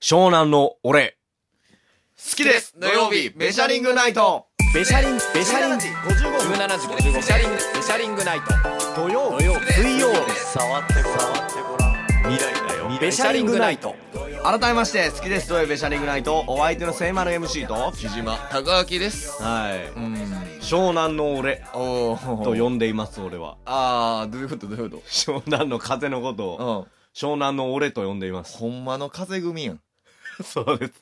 湘南の俺。好きです土曜日ベシャリングナイトベシャリン、ベシャリンジ17時55ベシャリングベシャリングナイト土曜、土曜、水曜、触ってごらん触ってごらん未来だよベシャリングナイト。改めまして好きです土曜日ベシャリングナイトお相手の聖丸 MC とは木島高明ですいうん湘南の俺おとお呼んでいます俺はああどういうことどういうこ湘南の風のことをと湘南の俺と呼んでいまうんす。ほんまの風組やん そうです。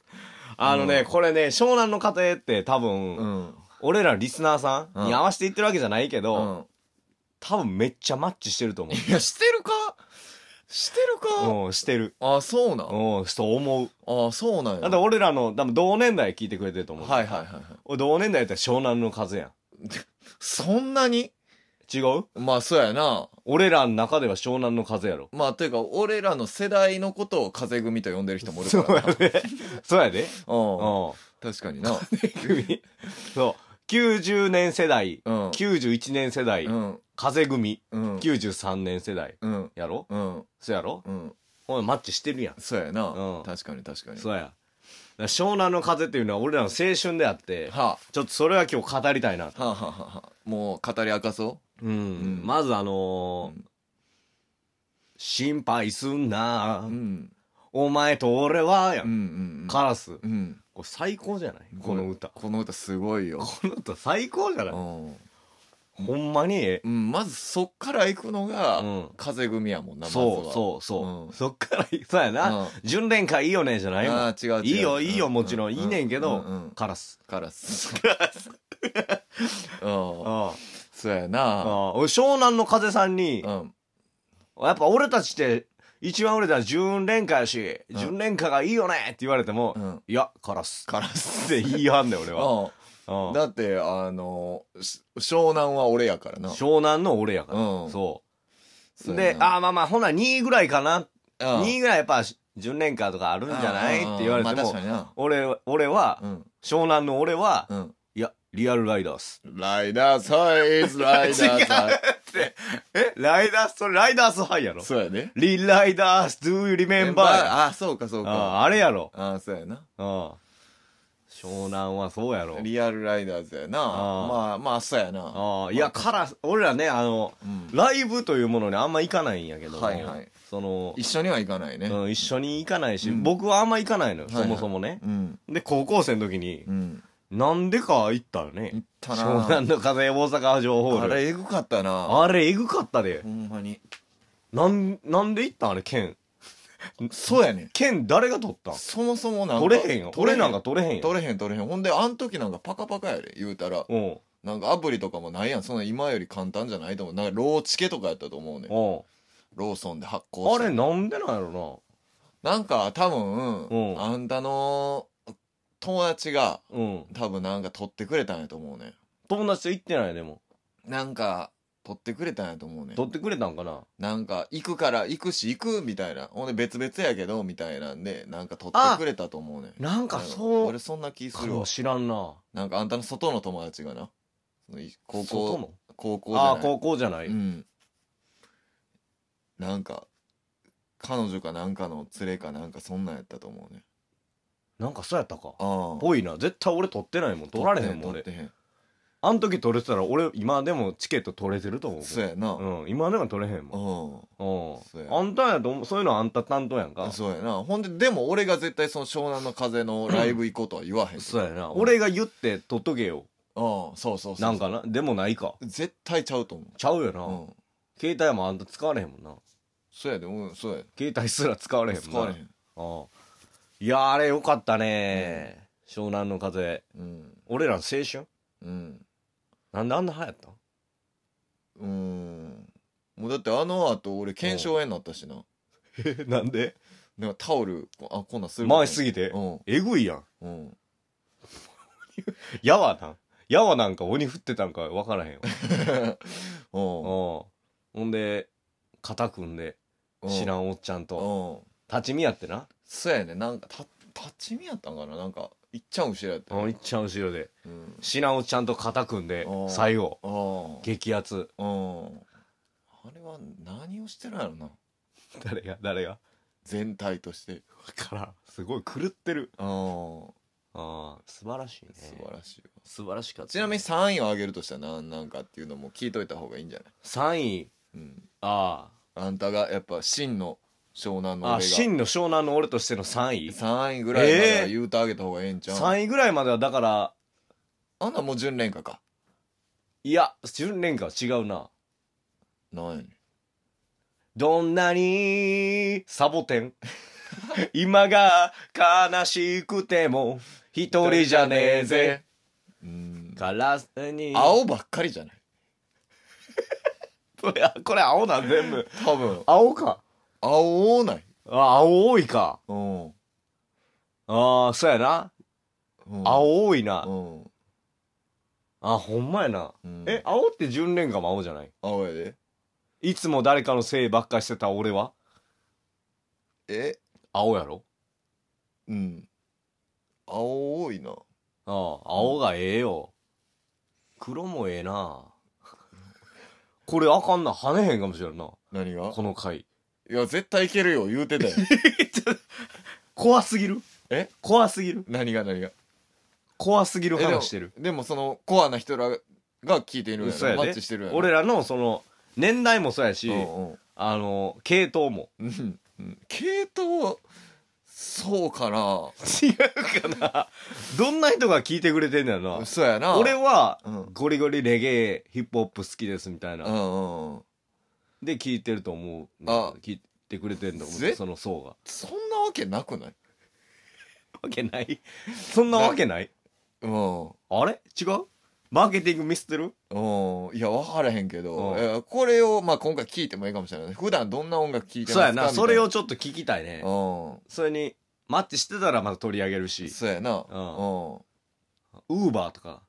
あのね、これね、湘南の家庭って多分、うん俺らリスナーさうんんに合わせて言ってるわけじゃないけど、うん多分めっちゃマッチしてると思いやしてるかしてるか う。うん、してる。あそうなんあうん、そう思う。そうなんやだって俺らの、多分同年代聞いてくれてると思う。はいはいはいはい俺同年代やったら湘南の風やん。そんなに違うまあそうやな俺らの中では湘南の風やろ。まあというか俺らの世代のことを風組と呼んでる人もいるかそらうやで。 そうやで。うん。うん確かにな組。そう。90年世代、うん91年世代、うん風組、うん93年世代。うんやろうんそうやろうんお前マッチしてるやん。そうやな、うん確かに確かにそうや。だから湘南の風っていうのは俺らの青春であって、はちょっとそれは今日語りたいなと。あ、はあはあはあ、もう語り明かそうん。んまずあのーうん心配すんうな、うんお前と俺はやうんうんん。うんカラス。うんこれ最高じゃないこの歌。この歌すごいよこの歌最高じゃないうんほんまにええうんまずそっから行くのが、うん風組やもんなまずはそうそうそう。うんそっから、そうやな。うん純恋歌いいよねじゃないもあん。あ違う違ういいよ、ういいよ、もちろん。いいねんけど、ううんカラス。カ ラスカラスうんあそうやあ。なああ俺湘南の風さんにう、んやっぱ俺たちって、一番俺たち純恋歌やし、ん純恋歌がいいよねって言われても、うんいや、カラス。カラスって言いはんねん、俺は。うんうんだってあのし湘南は俺やからな湘南の俺やから。うんそ。そううやで、なああ、まあまあ、ほな2位ぐらいかな。うん2位ぐらいやっぱ、純恋歌とかあるんじゃないって言われてまあも確か、にな俺、俺は、うん湘南の俺は、うんいや、リアルライダース。ライダースハイ ズライダースハえライダース、それライダースハイやろイそうやねリライダース、do you メ remember? ンバーあそうかそうかああれやろ。あそうやなうん湘南はそうやろ。リアルライダーズやなあまあまあそうやなああいや、カラス、俺らね、あの、うんライブというものにあんま行かないんやけども、はいはいその、一緒には行かないねうん、一緒に行かないし、うん僕はあんま行かないのよ、はいはいそもそもね。うんで、高校生の時に、うんなんでか行ったよね行っ。た湘な南の風大阪城ホあール。れエグかったなあれ、えぐかったでほ。んまになん、なんで行ったんあれ、剣。そうやね剣誰が取ったんそもそもなんか取れへんよ。俺なんか取れへんよ。取れへん取れへんほんであん時なんかパカパカやで言うたらうん。なんかアプリとかもないやんそんな今より簡単じゃないと思うなんかローチケとかやったと思ううん。ねんローソンで発行あしたれなんでなんやろなんか多分、うんあんたの友達がな。うん。多分なんか取ってくれたんやと思うね友達と行ってないでも。なんか取ってくれたんやと思うね取ってくれたんかななんか行くから行くし行くみたいなほんで別々やけどみたいなんでなんか取ってくれたと思うねなんなかそう俺そんな気すかるわも知らんな。なんかあんたの外の友達がなそのい高外校の高校じゃないああ、高校じゃない。うんなんか彼女かなんかの連れかなんかそんなんやったと思うねなんかそうやったか。ああぽいな。絶対俺取ってないもん。取られへんもん取っ俺て。へんあん時取れてたら俺今でもチケット取れてると思う。そうやなうんうん。今でも取れへんもん。そううん。やあんたやと思う、そういうのあんた担当やんか。そうやなほんででも俺が絶対その湘南の風のライブ行こうとは言わへんそうやな。うん俺が言って取っとけよ。ああそうそうそうなんかな。でもないか。絶対ちゃうと思ちゃうよううな。ん携帯もあんた使われへんもんな。そうやでうんそう携帯すら使われへやんもんな。使われへんああいやあれよかったね、湘南の風うん俺らの青春うんなんであんな流行ったんうんもうだってあの後俺検証炎になったしなえなんでなんかタオルあこんなんする前すぎぎて、うんえぐいやんうん やわなんやわなんか鬼振ってたんか分からへんようんうんほんで肩組んでうん知らんおっちゃんとうん立ち見やってなそうやねなんかた立ち見やったんかななんかいっちゃん後ろやったうんよいっちゃん後ろでうん知らんおっちゃんと肩組んでうん最後ああ激アツうんあれは何をしてるんやろな誰が誰が全体としてからすごい狂ってるうん素ああ素晴らしいね晴らしいわ素晴らしかったちなみに3位を上げるとしたら何なんかっていうのも聞いといた方がいいんじゃない、 3位うん、ああんたがやっぱ真の湘南のああ俺が真の湘南の俺としての3位3位ぐらいまではえー言うてあげた方がええんちゃう、 3位ぐらいまではだからあんなもう純連歌かいや10年間違うななんやねんどんなにサボ テン今が悲しくても一人じゃねえぜうんガラスに青ばっかりじゃないこれこれ青だ全部多分青か青ないあ青多いかうん、うん、ああそうやな、青多いな、うん、あほんまやな、うんえ青って純恋歌も青じゃない青やでいつも誰かのせいばっかしてた俺はえ青やろうん青多いなああ青がええよ、黒もええなこれあかんな跳ねへんかもしれんな何がこの 回いや絶対いけるよ言 うてたよ怖すぎるえ怖すぎる何が何が怖すぎるえでも話してるでもそのコアな人らが聞いているんやそうやろでマッチしてるんやろ俺らのその年代もそうやし、うんうんあの系統もうんうん系統そうかな違うかなどんな人が聞いてくれてんだよなそうやな俺はうんうんゴリゴリレゲエヒップホップ好きですみたいな、うんうんで聞いてると思うあ聞いてくれてんと思ぜうその層がそんなわけなくないわけないそんなわけないうんあれ違うマーケティングミスってるうんいや分からへんけうどんいやこれをまあ今回聞いてもいいかもしれない普段どんな音楽聴いてますそうかやなみたいそれをちょっと聞きたいねうんそれにマッチしてたらまた取り上げるしそうやなううんウーバーとか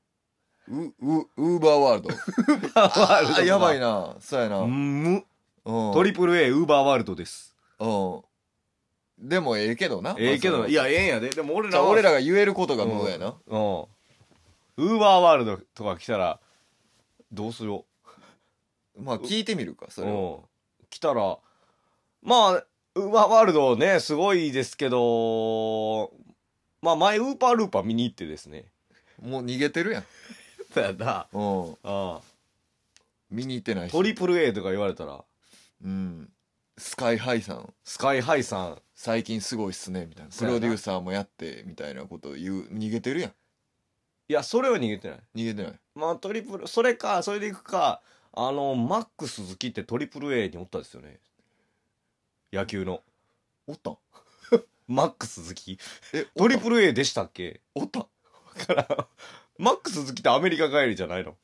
ううウーバーワールドああやばいなそうやなうんむトリプル A ウーバーワールドですうんでもええけどなええけどいややええんやででも俺じゃらあは俺らが言えることが無うやなうんウーバーワールドとか来たらどうするまあ聞いてみるかそれをうん、来たらまあウーバーワールドねすごいですけどまあ前ウーパールーパー見に行ってですねもう逃げてるやんそうやなうんあ見に行ってないしトリプル A とか言われたらうんスカイハイさんスカイハイさん最近すごいっすねみたいなプそうやなロデューサーもやってみたいなこと言う逃げてるやんいやそれは逃げてない逃げてないまあトリプルそれかそれでいくかあのマックス鈴木ってトリプル A におったですよね野球のおったんマックス鈴木えトリプル A でしたっけおったんだからマックス鈴木ってアメリカ帰りじゃないの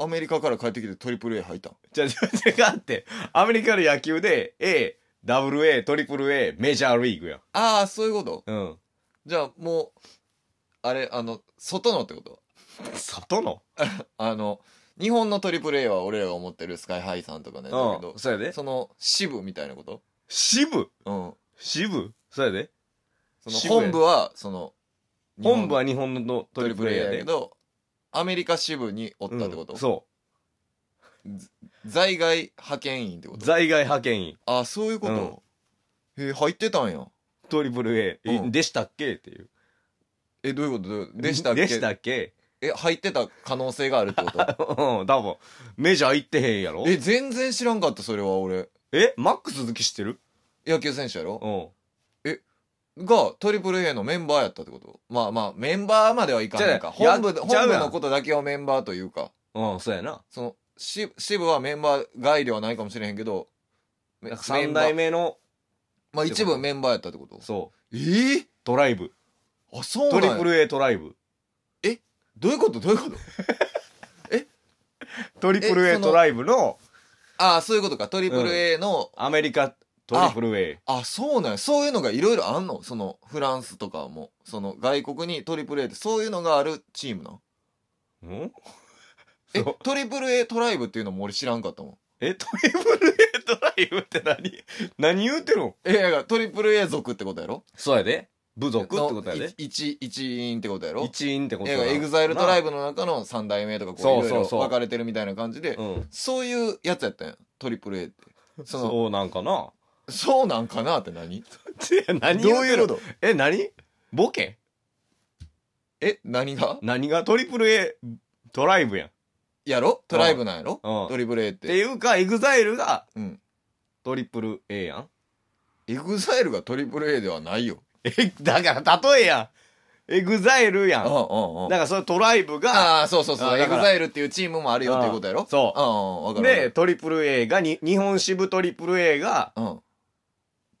アメリカから帰ってきてトリプル A 入ったんじゃあ、違うって、アメリカの野球で、A、AA、AAA、メジャーリーグや。ああそういうことうん。じゃあもうあれあの外のってこと外のあの日本のトリプル A は俺らが思ってるスカイハイさんとかねだけどうん。そうやで。その支部みたいなこと支部うん支部そうやで。その支部や本部はその本部はは日本のトトリリププルル A A ややけで。どアメリカ支部におったってこと、うんそ在外派遣員ってこう。と在外派遣員、あそういうこと、へえ入ってたんやトリプル A、うんでしたっけっていう。えどういうことどういうことでしたっけでしたっけえ入ってた可能性があるってこと うん、多分。メジャー行ってへんやろえ全然知らんかったそれは俺えマックス鈴木知ってる野球選手やろうん。がトリプル a のメンバーやったってことまあまあメンバーまではいかないかじゃあ本部やっちゃ本うやん部のことだけをメンバーというかうん、そうやな。その支支部はメンバー外ではないかもしれへんけどめ三代目メンの、バーまあ一部メンバーやったってことそえーう、トライブ。あそうなトんやリプル A トライブ。どういうことどういうことトリプルえ A そのトライブのああそういうことかトリプル a の、アメリカトリプル A。あそうなんやそういうのがいろいろあんのそのフランスとかもその外国にトリプル a ってそういうのがあるチームなのんえそうトリプル a トライブっていうのも俺知らんかったもんえ、トリプル A トライブって何何 言うてるのえいやいやトリプル a 族ってことやろそうやで。部族ってことやので。い一一員ってことやろ一員ってこといやエグザイルトライブ。ブの中の三代目とかそこうういそろういそろう分かれてるみたいな感じでうん。そういうやつやったんやトリプル a ってその、そうなんかなそうなんかなって何何どをうい言ううこのとえ、何ボケ何が何がトリプル A ドライブやん。やろトライブなんやろうん。っドリブル A ってて。いうか、エグザイルがうん。トリプル A やん。エグザイルがトリプル A ではないよ。え、だから例えやん。エグザイルやうんうんん。うん。だからそれトライブが、ああ、そうそうそあう。エだグからザイルっていうチームもあるよっていうことやろ。あそううんうん、わかるわかで、る。トリプル A がに、日本支部トリプル A がうん。うん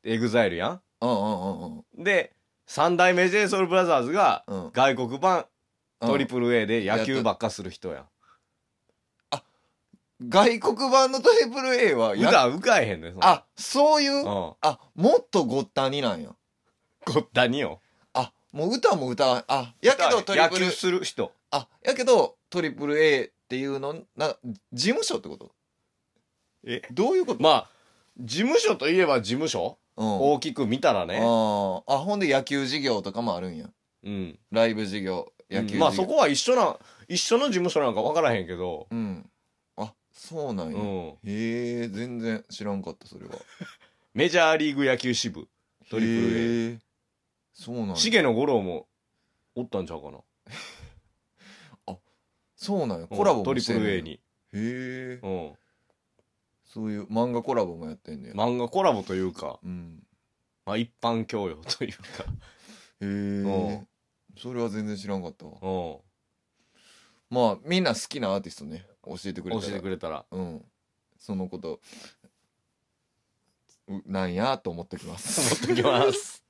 エグザイルやうんうんうんん。で、三代目 j s o u l b r o t h e r s がうんうん。外国版トリププル A で野やっ球とばっかする人やん。外国版のトリプル A はや、歌浮かへんねん。そんな、。あ、そういううんこあ、もっとごったになんや。ったによ。あ、もう歌も歌わ、あ、やけどトリ野プル球、する人。あ、やけどトリプル A っていうの、な、事務所ってことえどういうことまあ、事務所といえば事務所うん。大きく見たらあね。ーあ、ほんで野球事業とかもあるんや。うん。ライブ事業、野球事業。まあそこは一緒な、一緒の事務所なんか分からへんけど。うん。あ、そうなんうや。ん。へえ、全然知らんかった、それは。メジャーリーグ野球支部。トリプル A。へえそうなんや。重野五郎もおったんちゃうかな。そうなんや。コラボトもリしプてんねルん A に。へえ。うん。そういう漫画コラボもやってんねや。漫画コラボというか、うん。まあ一般教養というか。うへえん。それは全然知らんかったわ。うまあ、みんな好きなアーティストね、教えてくれん。た教えらてくれたら。うん。そのこと、うなんやと思ってきま す。持ってきます。